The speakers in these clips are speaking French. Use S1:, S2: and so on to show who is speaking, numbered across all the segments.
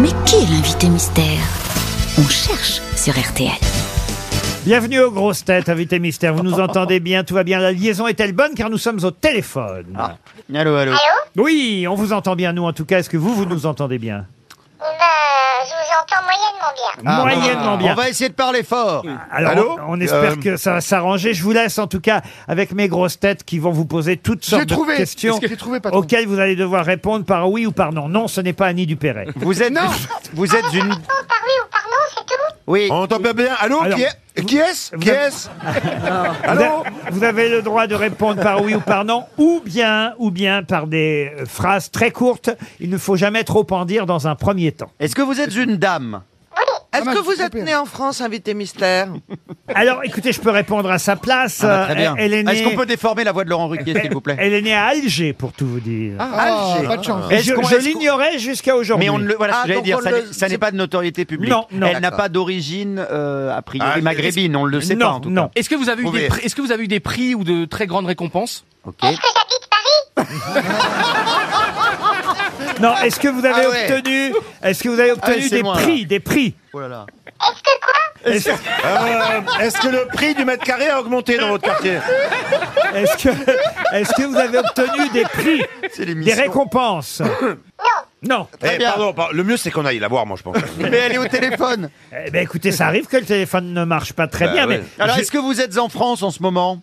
S1: Mais qui est l'invité mystère On cherche sur RTL.
S2: Bienvenue aux grosses têtes, invité mystère. Vous nous entendez bien, tout va bien. La liaison est-elle bonne car nous sommes au téléphone
S3: Ah.
S4: Allô, allô.
S2: Oui, on vous entend bien, nous en tout cas. Est-ce que vous, vous nous entendez bien
S5: Ben, je vous entends moyennement bien.
S4: Ah,
S3: bah,
S2: Moyennement bien.
S4: On va essayer de parler fort.
S2: Alors,
S4: Allô
S2: on, on espère
S4: Euh,
S2: que ça va s'arranger. Je vous laisse en tout cas avec mes grosses têtes qui vont vous poser toutes sortes
S3: trouvé.
S2: de questions
S3: Est-ce que- J'ai trouvé, patron.
S2: auxquelles vous allez devoir répondre par oui ou par non. Non, ce n'est pas Annie Dupéret.
S4: Vous êtes, vous êtes une.
S5: Oh, par oui ou par non, c'est tout
S4: Oui.
S6: On t'entend bien Allô
S2: Alors,
S6: Qui est- Qui est-ce Qui
S2: avez-
S6: est-ce
S2: Vous avez- Vous avez le droit de répondre par oui ou par non, ou bien, ou bien par des euh, phrases très courtes. Il ne faut jamais trop en dire dans un premier temps.
S4: Est-ce que vous êtes une dame
S7: Est-ce
S3: mal,
S7: que vous
S3: c'est
S7: êtes
S3: bien.
S7: né en France, invité mystère
S2: Alors, écoutez, je peux répondre à sa place.
S4: Ah bah,
S2: Euh,
S4: Très bien.
S2: Elle, elle est née,
S4: Est-ce qu'on peut déformer la voix de Laurent Ruquier, s'il vous plaît
S2: elle Oh, est née à Alger, pour tout vous dire.
S3: Ah,
S4: Alger.
S3: pas de chance.
S2: Et
S4: est-ce
S2: je
S4: qu'on-
S2: je
S4: est-ce qu'on-
S2: l'ignorais jusqu'à aujourd'hui.
S4: Mais on ne le. Voilà, ce
S7: Ah,
S4: que j'allais
S7: donc
S4: dire.
S7: on
S4: Ça
S7: le-
S4: n'est- ça n'est
S7: c'est-
S4: pas de notoriété publique.
S2: Non, non.
S4: Elle n'a pas d'origine, euh, a priori,
S6: Ah,
S4: maghrébine. On le sait
S2: non,
S4: pas, en tout
S2: non.
S4: cas.
S8: Est-ce que vous avez eu
S6: Mauvais.
S8: des prix, est-ce que vous avez eu des prix ou de très grandes récompenses
S4: Ok.
S5: Est-ce que j'habite Paris
S2: Non, est-ce que vous avez
S4: Ah ouais.
S2: obtenu, est-ce que vous avez obtenu
S4: Ah ouais, c'est
S2: des
S4: moi,
S2: prix, des prix
S4: Oh là là.
S5: Est-ce que quoi
S2: Est-ce
S6: Euh, Est-ce que le prix du mètre carré a augmenté dans votre quartier
S4: Ah.
S2: est-ce que, est-ce que vous avez obtenu des prix,
S4: C'est
S2: des
S4: l'émission.
S2: récompenses Non.
S6: Eh,
S4: bien.
S6: pardon, par- le mieux c'est qu'on aille la voir, moi je pense.
S4: Mais elle est au téléphone.
S2: Eh ben écoutez, ça arrive que le téléphone ne marche pas très
S6: Bah
S2: bien,
S6: ouais.
S2: mais
S4: Alors,
S2: je-
S4: est-ce que vous êtes en France en ce moment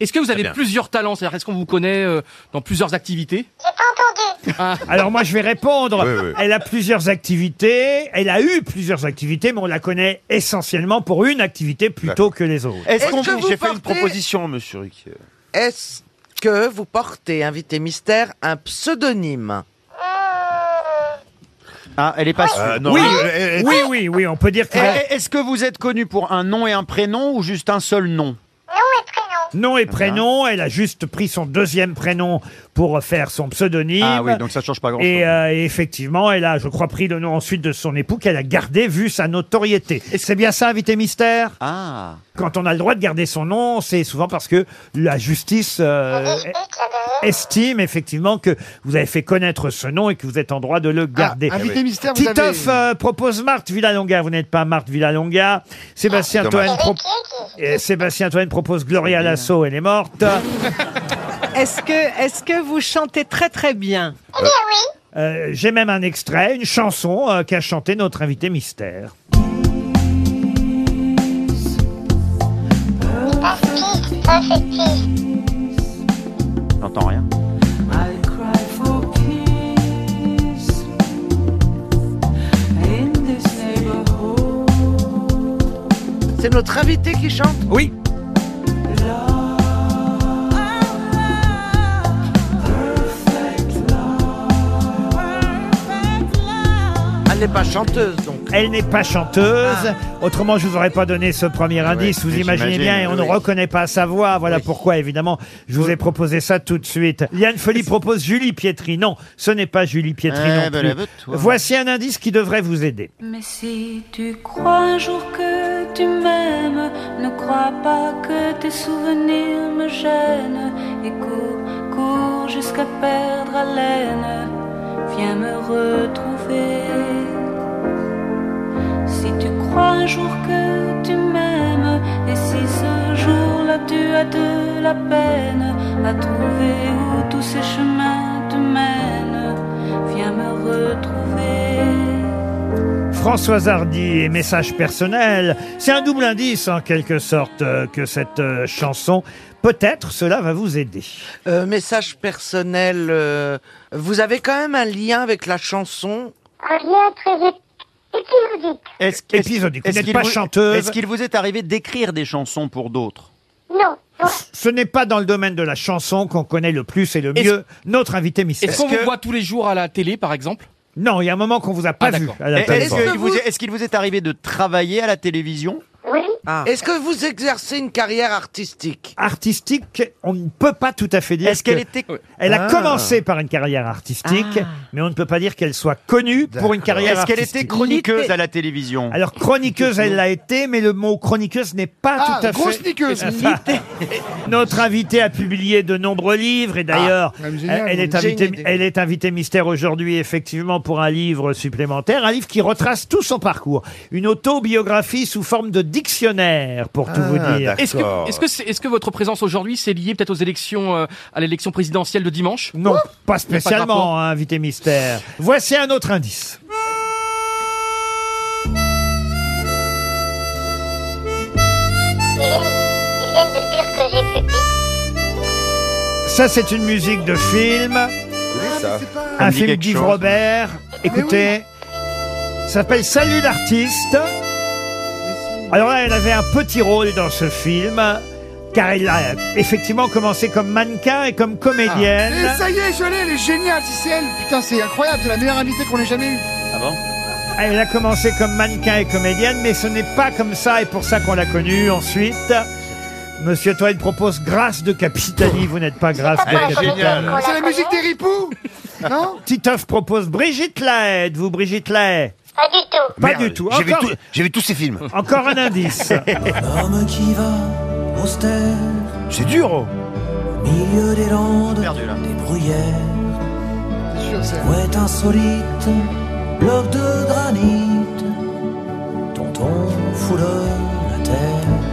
S8: Est-ce que vous avez
S6: bien.
S8: plusieurs talents C'est-à-dire, est-ce qu'on vous connaît euh, dans plusieurs activités
S5: J'ai pas entendu.
S2: alors moi je vais répondre.
S6: Oui, oui.
S2: Elle a plusieurs activités, elle a eu plusieurs activités, mais on la connaît essentiellement pour une activité plutôt que les autres.
S4: Est-ce
S7: Est-ce
S4: qu'on
S7: que vous
S4: j'ai fait
S7: portez-
S4: une proposition, monsieur Ruquier
S7: Est-ce que vous portez, invité mystère, un pseudonyme
S4: Ah, elle est pas sûre.
S6: Euh, non,
S2: oui,
S6: euh, euh,
S2: oui, oui, oui, on peut dire que
S4: Eh, Est-ce que vous êtes connu pour un nom et un prénom ou juste un seul nom
S5: Nom et prénom.
S4: Eh
S2: nom et prénom. Elle a juste pris son deuxième prénom pour faire son pseudonyme.
S4: Ah oui, donc ça change pas grand-chose.
S2: Et euh, et effectivement, elle a, je crois, pris le nom ensuite de son époux qu'elle a gardé vu sa notoriété. Et c'est bien ça, invité mystère
S4: Ah.
S2: Quand on a le droit de garder son nom, c'est souvent parce que la justice euh,
S5: Dispute là-dedans.
S2: estime effectivement que vous avez fait connaître ce nom et que vous êtes en droit de le garder.
S3: Ah, invité mystère, vous avez...
S2: Titoff euh, propose Marthe Villalonga. Vous n'êtes pas Marthe Villalonga. Sébastien
S6: dommage.
S2: Toen, pro-
S5: Qui est qui
S2: euh, Sébastien Toen propose Gloria Lasso. Elle est morte.
S9: Est-ce que, est-ce que vous chantez très très bien
S5: Eh bien oui.
S2: Euh, J'ai même un extrait, une chanson euh, qu'a chantée notre invité mystère.
S5: Pastis, perfectis.
S4: J'entends rien.
S7: C'est notre invité qui chante
S2: Oui.
S7: Elle n'est pas chanteuse, donc.
S2: Elle n'est pas chanteuse. Autrement, je vous aurais pas donné ce premier indice. vous
S4: Ah. mais
S2: imaginez
S4: j'imagine,
S2: bien, et on ne
S4: oui.
S2: reconnaît pas sa voix. Voilà pourquoi, évidemment, je vous ai proposé ça tout de suite. Liane Folly propose Julie Pietri. Non, ce n'est pas Julie Pietri
S4: Eh
S2: non
S4: ben,
S2: plus.
S4: lève-toi.
S2: Voici un indice qui devrait vous aider.
S10: Mais si tu crois un jour que tu m'aimes, ne crois pas que tes souvenirs me gênent. Et cours, cours jusqu'à perdre haleine, viens me retrouver. Si tu crois un jour que tu m'aimes, et si ce jour-là tu as de la peine à trouver où tous ces chemins te mènent, viens me retrouver.
S2: Françoise Hardy et Message personnel. C'est un double indice, en quelque sorte, euh, que cette euh, chanson. Peut-être cela va vous aider.
S7: Euh, message personnel, euh, vous avez quand même un lien avec la chanson.
S5: Un lien très é- épisodique.
S4: Est-ce
S2: Et puis, ils ont dit, vous n'êtes pas chanteuse.
S4: Est-ce qu'il vous est arrivé d'écrire des chansons pour d'autres
S5: Non. non.
S2: Ce n'est pas dans le domaine de la chanson qu'on connaît le plus et le
S8: Est-ce-
S2: mieux notre invité mystère.
S8: Est-ce qu'on
S4: que-
S8: vous voit tous les jours à la télé, par exemple
S2: Non, il y a un moment qu'on vous a pas
S8: Ah,
S2: vu.
S8: d'accord.
S2: à la
S4: Eh, Est-ce
S2: télé.
S4: qu'il vous... est- est-ce qu'il vous est arrivé de travailler à la télévision
S5: Oui.
S2: Ah.
S7: Est-ce que vous exercez une carrière artistique
S2: Artistique, on ne peut pas tout à fait dire.
S7: Est-ce qu'elle
S2: que-
S7: était-
S2: Elle a
S7: Ah.
S2: commencé par une carrière artistique, mais on ne peut pas dire qu'elle soit connue pour une carrière
S4: Est-ce qu'elle
S2: artistique. Ah,
S4: était chroniqueuse à la télévision
S2: Alors chroniqueuse, elle l'a été, mais le mot chroniqueuse n'est pas
S3: Ah,
S2: tout à
S3: grosse
S2: fait.
S3: niqueuse.
S2: Notre invitée a publié de nombreux livres et d'ailleurs,
S3: Ah, même génial,
S2: elle, est
S3: j'ai une
S2: invitée,
S3: idée.
S2: elle est invitée mystère aujourd'hui effectivement pour un livre supplémentaire, un livre qui retrace tout son parcours, une autobiographie sous forme de dictionnaire pour tout vous
S6: Ah,
S2: dire.
S8: Est-ce
S6: D'accord.
S8: que, est-ce que, c'est- est-ce que votre présence aujourd'hui, c'est lié peut-être aux élections, euh, à l'élection présidentielle de dimanche
S2: Non, pas
S8: pas de rapport.
S2: spécialement, hein, invité mystère. Voici un autre indice.
S5: Il est, il est de pire que j'ai pu.
S2: Ça, c'est une musique de film,
S6: ça.
S3: pas...
S2: un
S4: me dit
S2: film
S4: quelque
S2: d'Yves
S4: chose.
S2: Robert. Écoutez, ça s'appelle Salut l'artiste. Alors là, elle avait un petit rôle dans ce film, car elle a effectivement commencé comme mannequin et comme comédienne.
S6: Ah,
S3: Et ça y est, je l'ai, elle est géniale, si c'est elle. Putain, c'est incroyable, c'est la meilleure invitée qu'on ait jamais eue.
S2: Elle a commencé comme mannequin et comédienne, mais ce n'est pas comme ça et pour ça qu'on l'a connue ensuite. Monsieur Toine propose Grâce de Capitani, vous n'êtes pas Grâce
S4: Ah,
S2: de
S5: Elle est
S2: Capitani.
S5: géniale.
S6: Génial.
S3: Ah, C'est la musique des ripoux Non
S2: Titoff propose Brigitte Lahaye, vous Brigitte Lahaye
S5: Pas du tout.
S2: Pas du tout.
S6: J'ai vu,
S2: Encore,
S6: tout- j'ai vu tous ces films.
S2: encore un indice.
S11: L'homme qui va, austère,
S6: C'est dur. oh.
S11: au milieu des landes,
S4: Perdu là.
S11: des bruyères,
S3: C'est sûr, c'est elle.
S11: poète insolite, bloc de granit, tonton fout de la terre.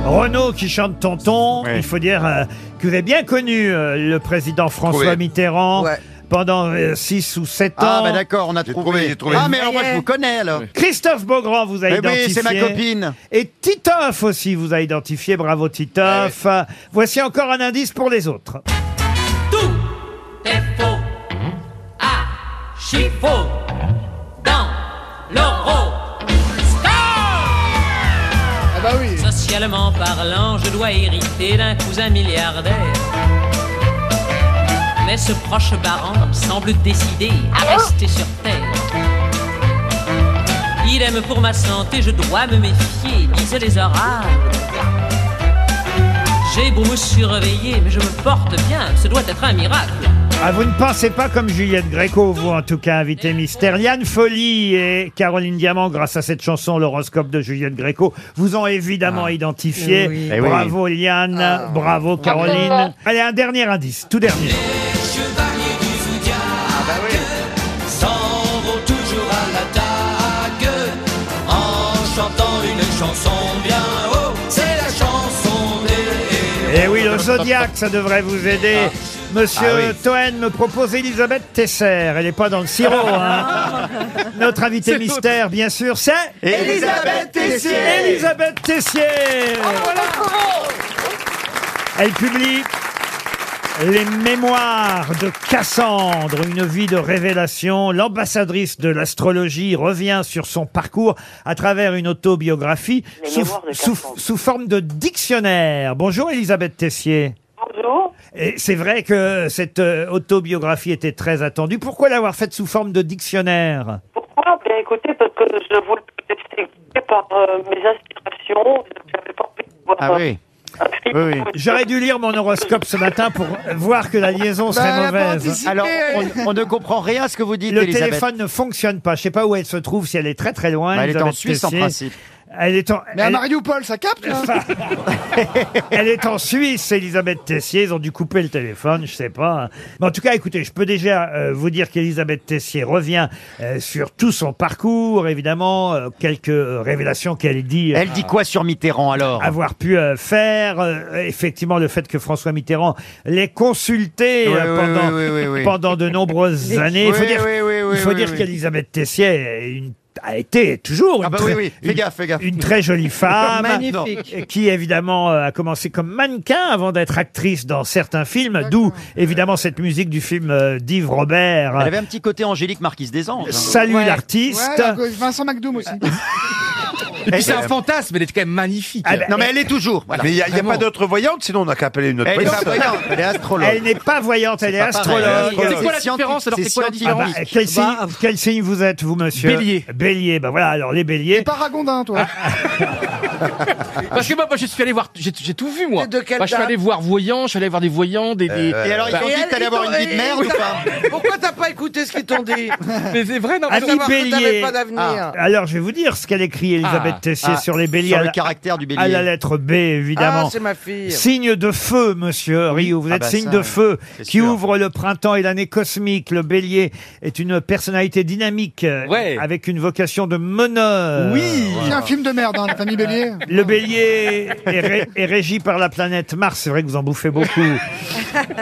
S2: Renaud qui chante Tonton,
S4: Ouais.
S2: il faut dire euh, que vous avez bien connu euh, le président François
S6: Trouvé.
S2: Mitterrand
S7: Ouais.
S2: pendant 6 ou 7 ans.
S4: Ah bah d'accord, on a
S6: J'ai
S4: trouvé.
S6: trouvé, j'ai trouvé.
S4: Ah mais alors,
S7: Ça
S4: moi
S7: y
S4: je
S7: est.
S4: vous connais alors.
S2: Christophe Beaugrand vous a
S4: Mais
S2: identifié.
S4: oui, c'est ma copine.
S2: Et Titoff aussi vous a identifié. Bravo Titoff. Voici encore un indice pour les autres.
S11: Tout est faux, à chiffon, dans l'euro.
S3: Ah bah oui.
S11: Socialement parlant, je dois hériter d'un cousin milliardaire. Mais ce proche parent semble décidé à rester sur terre. Il aime pour ma santé, je dois me méfier, disent les oracles. J'ai beau me surveiller, mais je me porte bien, ce doit être un miracle.
S2: Ah, vous ne pensez pas comme Juliette Gréco, vous en tout cas, invité mystère. Yann Folie et Caroline Diamant, grâce à cette chanson, l'horoscope de Juliette Gréco, vous ont évidemment identifié.
S9: Oui.
S4: Eh Ah. oui. Ah.
S2: Bravo Liane, bravo Caroline. Allez, un dernier indice, tout dernier.
S11: toujours à l'attaque en chantant une chanson bien haut. C'est la chanson des
S2: Eh oui, le Zodiac, ça devrait vous aider. Monsieur
S4: Ah oui.
S2: Toen me propose Elisabeth Tesser. Elle n'est pas dans le sirop. Hein. Notre invité mystère, bien sûr, c'est...
S4: Elisabeth Tessier.
S2: Elisabeth Tessier Elle publie... Les mémoires de Cassandre, une vie de révélation. L'ambassadrice de l'astrologie revient sur son parcours à travers une autobiographie sous, sous- sous forme de dictionnaire. Bonjour Elisabeth Tessier.
S5: Bonjour.
S2: Et c'est vrai que cette euh, autobiographie était très attendue. Pourquoi l'avoir faite sous forme de dictionnaire
S5: Pourquoi Bien écoutez, parce que je voulais tester par euh, mes inspirations. J'avais pas envie de voir
S4: Ah
S5: euh,
S4: oui.
S5: un film.
S4: Oui, oui.
S2: J'aurais dû lire mon horoscope ce matin pour voir que la
S3: Bah,
S2: liaison
S3: elle
S2: serait
S3: a pas
S2: mauvaise.
S3: anticipé.
S4: Alors on, on ne comprend rien à ce que vous dites
S2: Le
S4: Elisabeth.
S2: téléphone ne fonctionne pas. Je sais pas où elle se trouve, si elle est très très loin.
S4: Bah, elle est en
S2: Elisabeth
S4: Suisse en
S2: Tessier.
S4: principe.
S2: Elle est en,
S3: Mais à
S2: elle-
S3: Mariupol, ça capte là
S2: Elle est en Suisse, Elisabeth Tessier. Ils ont dû couper le téléphone, je sais pas. Mais en tout cas, écoutez, je peux déjà euh, vous dire qu'Elisabeth Tessier revient euh, sur tout son parcours, évidemment, euh, quelques euh, révélations qu'elle dit. euh,
S4: Elle dit quoi sur Mitterrand alors
S2: avoir pu euh, faire Euh, effectivement le fait que François Mitterrand l'ait consulté
S4: Oui,
S2: euh,
S4: oui,
S2: pendant
S4: oui, oui, oui, oui.
S2: pendant de nombreuses années. Il faut
S4: Oui,
S2: dire,
S4: oui, oui, oui,
S2: il faut
S4: oui,
S2: dire
S4: oui.
S2: qu'Elisabeth Tessier est une- a été toujours
S4: Ah
S2: une
S4: bah
S2: très-
S4: oui oui, fais
S2: une-
S4: gaffe, fais gaffe.
S2: une très jolie femme.
S9: Magnifique.
S2: Et qui évidemment euh, a commencé comme mannequin avant d'être actrice dans certains films, d'où évidemment cette musique du film euh, d'Yves Robert. euh,
S4: Elle avait un petit côté Angélique Marquise des Anges. hein.
S2: Salut
S9: Ouais.
S3: Ouais,
S2: l'artiste.
S3: il y a Vincent McDoom aussi.
S8: Et puis c'est un fantasme, elle est quand même magnifique.
S2: Ah ben,
S4: Non mais bah, elle est toujours. voilà.
S6: Mais il n'y a, y a
S8: Vraiment.
S6: pas d'autre voyante, sinon on n'a qu'à appeler une autre
S4: Elle est pas
S6: voyante.
S4: voyante, elle est astrologue.
S2: elle n'est pas voyante, elle est,
S4: pas pareil. hein.
S2: astrologue.
S8: C'est quoi la
S4: C'est
S8: différence alors C'est quoi la
S4: scientifique.
S2: Ah bah,
S8: différence
S2: quel, signe,
S9: Bah,
S2: quel signe vous êtes, vous, monsieur
S8: Bélier.
S2: Bélier, bah voilà, alors les béliers.
S3: T'es pas ragondin, toi.
S8: Parce que moi, moi, je suis allé voir, j'ai j'ai tout vu moi.
S7: de quelle
S8: Moi, je suis
S7: date
S8: allé voir voyants, je suis allé voir des voyants, des. des-
S7: Euh,
S8: Bah,
S7: et elle- ils t'ont- et- et t'as- Pourquoi t'as pas écouté ce qu'ils t'ont dit
S8: Mais c'est vrai, non, mais
S2: Annie
S7: savoir que t'avais
S2: Bélier.
S7: pas
S3: Ah.
S7: d'avenir.
S2: Alors, je vais vous dire ce qu'elle écrit, Elisabeth
S7: Ah.
S2: Tessier,
S7: Ah,
S2: sur les béliers.
S4: sur
S2: à
S4: le
S2: la-
S4: caractère du
S2: À
S4: bélier.
S2: la lettre B, évidemment.
S7: Ah, c'est ma fille.
S2: Signe de feu, monsieur Rio. Vous
S4: Ah
S2: êtes
S4: bah
S2: signe
S4: ça,
S2: de
S4: oui.
S2: feu
S4: C'est
S2: qui
S4: sûr.
S2: ouvre le printemps et l'année cosmique. Le bélier est une personnalité dynamique euh,
S8: Ouais.
S2: avec une vocation de meneur.
S3: Oui C'est un film de merde, hein, la famille Bélier.
S2: Le bélier est, ré- est régi par la planète Mars. C'est vrai que vous en bouffez beaucoup.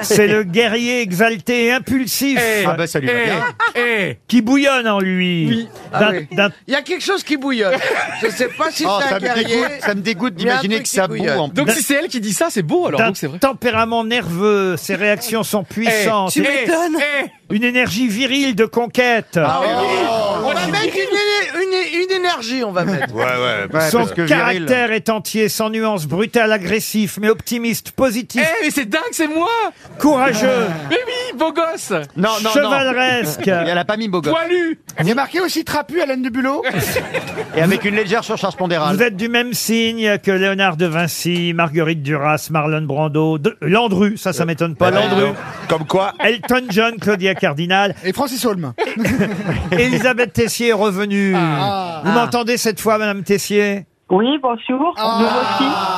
S2: C'est le guerrier exalté et impulsif
S4: Ah bah ça lui va bien.
S8: Eh,
S2: qui bouillonne en lui.
S7: Ah
S2: D'un-
S7: oui.
S2: d'un-
S7: Il y a quelque chose qui bouillonne. Je sais pas si
S4: Oh,
S7: c'est
S4: ça, me
S7: un guerrier.
S4: dégoûte, ça me dégoûte
S7: mais un
S4: d'imaginer
S7: truc
S4: que ça
S7: qui
S4: boue
S7: bouillonne.
S4: en
S8: Donc si c'est elle qui dit ça, c'est beau alors.
S2: d'un
S8: Donc c'est vrai.
S2: tempérament nerveux, ses réactions sont puissantes,
S8: Eh,
S7: m'étonnes.
S8: eh,
S2: une énergie virile de conquête.
S4: Ah
S7: On va mettre une, éne- une- une énergie, on va mettre.
S6: Ouais, ouais.
S4: Ouais,
S2: Son
S4: Ah, parce que viril.
S2: caractère est entier, sans nuance, brutal, agressif, mais optimiste,
S8: eh,
S2: positif,
S8: mais c'est dingue, c'est moi.
S2: courageux,
S8: Mais oui, beau gosse,
S4: Eh Non, non, non.
S2: chevaleresque.
S4: Elle a pas mis beau gosse.
S8: poilu.
S3: J'ai marqué aussi Trapu, Alain de Bulot.
S4: Et avec une légère surcharge pondérale.
S2: Vous êtes du même signe que Léonard de Vinci, Marguerite Duras, Marlon Brando, de- Landru, ça,
S4: Euh,
S2: ça m'étonne pas, Landru,
S6: Bah, Comme quoi
S2: Elton John, Claudia Cardinal,
S3: Et Francis Holm.
S2: Elisabeth Tessier est revenue. Vous m'entendez cette fois, Madame Tessier
S5: Oui, bonjour.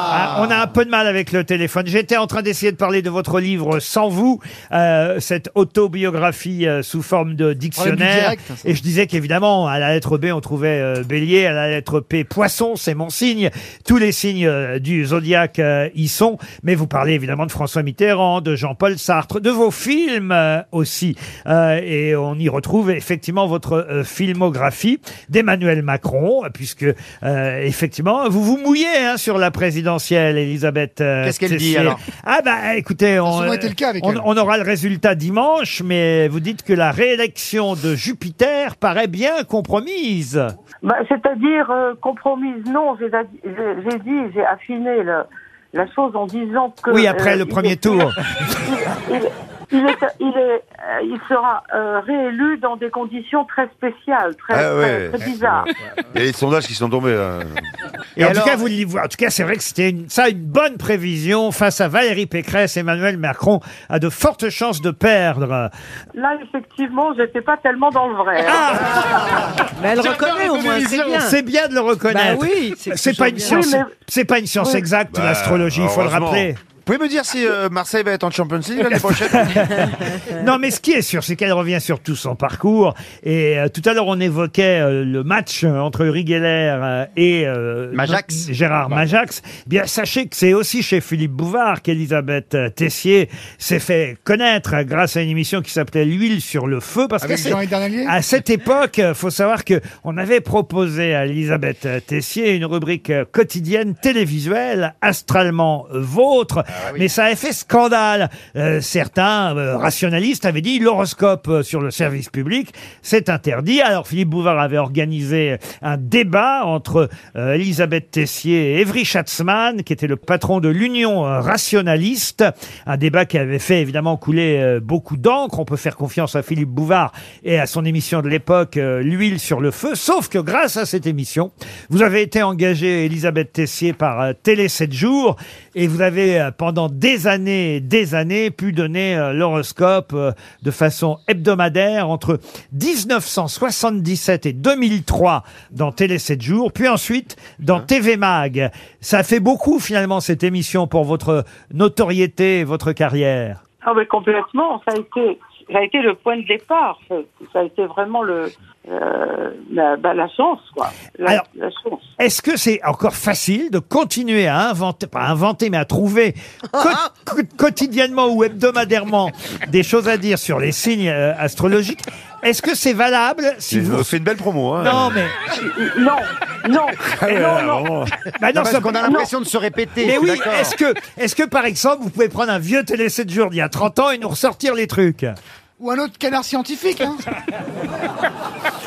S2: Ah, on a un peu de mal avec le téléphone. J'étais en train d'essayer de parler de votre livre Sans vous, euh, cette autobiographie euh, sous forme de dictionnaire.
S3: direct, ça.
S2: Et je disais qu'évidemment, à la lettre B, on trouvait euh, bélier, à la lettre P, poisson, c'est mon signe. Tous les signes euh, du zodiaque euh, y sont. Mais vous parlez évidemment de François Mitterrand, de Jean-Paul Sartre, de vos films euh, aussi. Euh, et on y retrouve effectivement votre euh, filmographie d'Emmanuel Macron, euh, puisque euh, effectivement, vous vous mouillez hein, sur la présidentielle, Elisabeth. euh,
S4: Qu'est-ce qu'elle dit,
S2: Tessier.
S4: alors
S2: Ah bah écoutez, on,
S3: aurait été le cas avec
S2: on-
S3: elle.
S2: on aura le résultat dimanche, mais vous dites que la réélection de Jupiter paraît bien compromise.
S5: Bah, C'est-à-dire, euh, compromise, non. J'ai j'ai- j'ai dit, j'ai affiné le- la chose en disant que...
S2: oui, après
S5: euh,
S2: le
S5: il
S2: premier
S5: est-
S2: tour.
S5: il, il est, il, est, euh, il sera euh, réélu dans des conditions très spéciales, très,
S6: Ah ouais.
S5: très, très bizarres.
S6: Il y a les sondages qui sont tombés. hein. là.
S2: Et en,
S4: alors-
S2: tout cas, vous, le- vous- en tout cas, c'est vrai que c'était une, ça une bonne prévision face à Valérie Pécresse. Emmanuel Macron a de fortes chances de perdre.
S5: Là, effectivement, j'étais pas tellement dans le vrai. hein.
S2: Ah.
S9: Mais elle reconnaît au moins, c'est bien.
S2: C'est bien de le
S9: Bah
S2: reconnaître.
S9: oui,
S2: C'est pas, une
S9: toujours
S2: science,
S5: Oui, mais-
S2: c'est pas une science exacte,
S6: Bah,
S2: l'astrologie, il faut le
S6: heureusement.
S2: rappeler.
S6: Vous pouvez me dire si euh, Marseille va être en Champions League l'année prochaine
S2: Non, mais ce qui est sûr, c'est qu'elle revient sur tout son parcours. Et euh, tout à l'heure, on évoquait euh, le match euh, entre Rigueler euh, et euh,
S4: Majax.
S2: Gérard Majax. Eh Bien, sachez que c'est aussi chez Philippe Bouvard qu'Elisabeth euh, Tessier s'est fait connaître euh, grâce à une émission qui s'appelait L'huile sur le feu, parce
S3: Avec
S2: que c'est-
S3: Jean-Yves Darnalier
S2: à cette époque, euh, faut savoir que on avait proposé à Elisabeth euh, Tessier une rubrique euh, quotidienne télévisuelle astralement euh, vôtre, mais ça a fait scandale. Euh, certains euh, rationalistes avaient dit l'horoscope euh, sur le service public, c'est interdit. Alors Philippe Bouvard avait organisé euh, un débat entre euh, Elisabeth Tessier et Evry Schatzman, qui était le patron de l'Union euh, rationaliste, un débat qui avait fait évidemment couler euh, beaucoup d'encre. On peut faire confiance à Philippe Bouvard et à son émission de l'époque, euh, L'huile sur le feu. Sauf que grâce à cette émission, vous avez été engagée, Elisabeth Tessier, par euh, Télé 7 jours et vous avez euh, pendant des années et des années pu donner euh, l'horoscope euh, de façon hebdomadaire entre 1977 et 2003 dans Télé 7 jours, puis ensuite dans TV Mag. Ça fait beaucoup finalement cette émission pour votre euh, notoriété et votre carrière.
S5: Ah, mais complètement, ça a été, ça a été le point de départ. Ça, ça a été vraiment le, euh, la, bah, la chance, quoi. La,
S2: Alors-
S5: la chance.
S2: Est-ce que c'est encore facile de continuer à inventer, pas inventer, mais à trouver co- co- quotidiennement ou hebdomadairement des choses à dire sur les signes euh, astrologiques Est-ce que c'est valable si vous...
S6: On fait une belle promo. Hein.
S2: Non, mais...
S5: Non, non,
S4: Ah
S5: non, non.
S6: Vraiment.
S2: Bah non,
S4: Non, parce
S2: ça-
S4: qu'on a l'impression de se répéter.
S2: Mais
S4: je suis
S2: oui,
S4: d'accord.
S2: est-ce que, est-ce que par exemple, vous pouvez prendre un vieux télé 7 jours d'il y a 30 ans et nous ressortir les trucs
S3: Ou un autre canard scientifique, hein.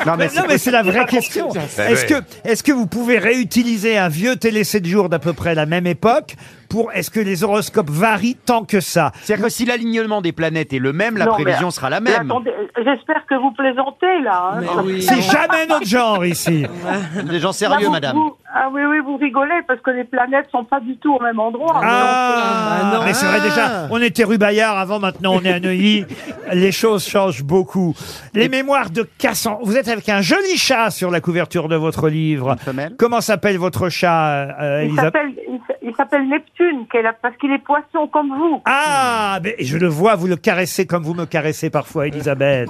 S4: Non, mais
S2: Non, Ah, mais c'est la vraie question. Est-ce que, est-ce que vous pouvez réutiliser un vieux télé 7 jours d'à peu près la même époque pour, est-ce que les horoscopes varient tant que ça
S4: C'est-à-dire que si l'alignement des planètes est le même, la
S5: Non, mais-
S4: prévision sera la
S5: Mais
S4: même.
S5: attendez, j'espère que vous plaisantez, là. hein.
S9: Mais oui.
S2: C'est jamais notre genre ici.
S4: Des gens
S5: Là,
S4: sérieux,
S5: vous-
S4: madame.
S5: vous-
S10: Ah oui, oui, vous rigolez parce que les planètes sont pas du tout au même endroit.
S2: Ah, mais c'est vrai déjà, on était rue Bayard avant, maintenant on est à Neuilly. Les choses changent beaucoup. Les mémoires de Cassan. Vous êtes avec un joli chat sur la couverture de votre livre. Comment s'appelle votre chat, euh,
S10: Il
S2: Elisabeth
S10: s'appelle- il s- il s'appelle Neptune, qu'elle a- parce qu'il est poisson comme vous.
S2: Ah, mais je le vois, vous le caressez comme vous me caressez parfois, Elisabeth.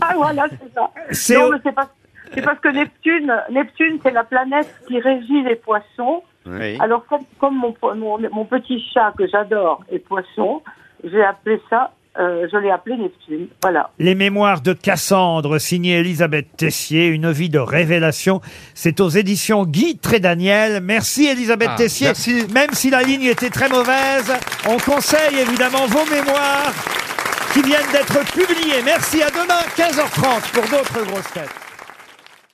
S10: Ah, voilà, c'est ça.
S2: C'est
S10: Non,
S2: au-
S10: mais c'est parce, c'est parce que Neptune, Neptune, c'est la planète qui régit les poissons. Alors, comme, comme mon, po- mon, mon petit chat que j'adore est poisson, j'ai appelé ça, euh, je l'ai appelé Neptune. Voilà.
S2: Les mémoires de Cassandre, signée Elisabeth Tessier, une vie de révélation. C'est aux éditions Guy Trédaniel. Merci Elisabeth
S12: Ah,
S2: Tessier. Même si la ligne était très mauvaise, on conseille évidemment vos mémoires qui viennent d'être publiées. Merci à demain, 15h30 pour d'autres grosses têtes.